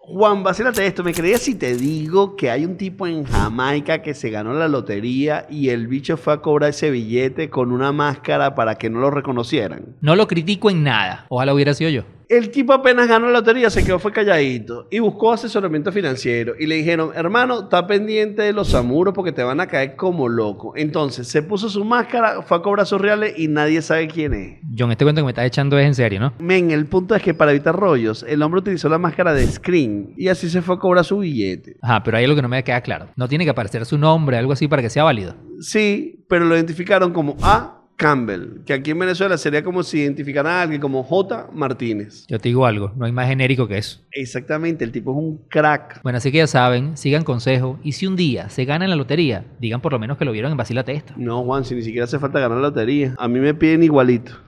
Juan, vacílate esto. ¿Me creías si te digo que hay un tipo en Jamaica que se ganó la lotería y el bicho fue a cobrar ese billete con una máscara para que no lo reconocieran? No lo critico en nada. Ojalá hubiera sido yo. El tipo apenas ganó la lotería, se quedó fue calladito y buscó asesoramiento financiero. Y le dijeron, hermano, está pendiente de los samuros porque te van a caer como loco. Entonces se puso su máscara, fue a cobrar sus reales y nadie sabe quién es. John, este cuento que me estás echando es en serio, ¿no? Men, el punto es que para evitar rollos, el hombre utilizó la máscara de screen y así se fue a cobrar su billete. Ajá, pero ahí es lo que no me queda claro. No tiene que aparecer su nombre, algo así, para que sea válido. Sí, pero lo identificaron como A. Campbell, que aquí en Venezuela sería como si identificaran a alguien como J. Martínez. Yo te digo algo, no hay más genérico que eso. Exactamente, el tipo es un crack. Bueno, así que ya saben, sigan consejo y si un día se ganan la lotería, digan por lo menos que lo vieron en Vacilate Esta. No, Juan, si ni siquiera hace falta ganar la lotería. A mí me piden igualito.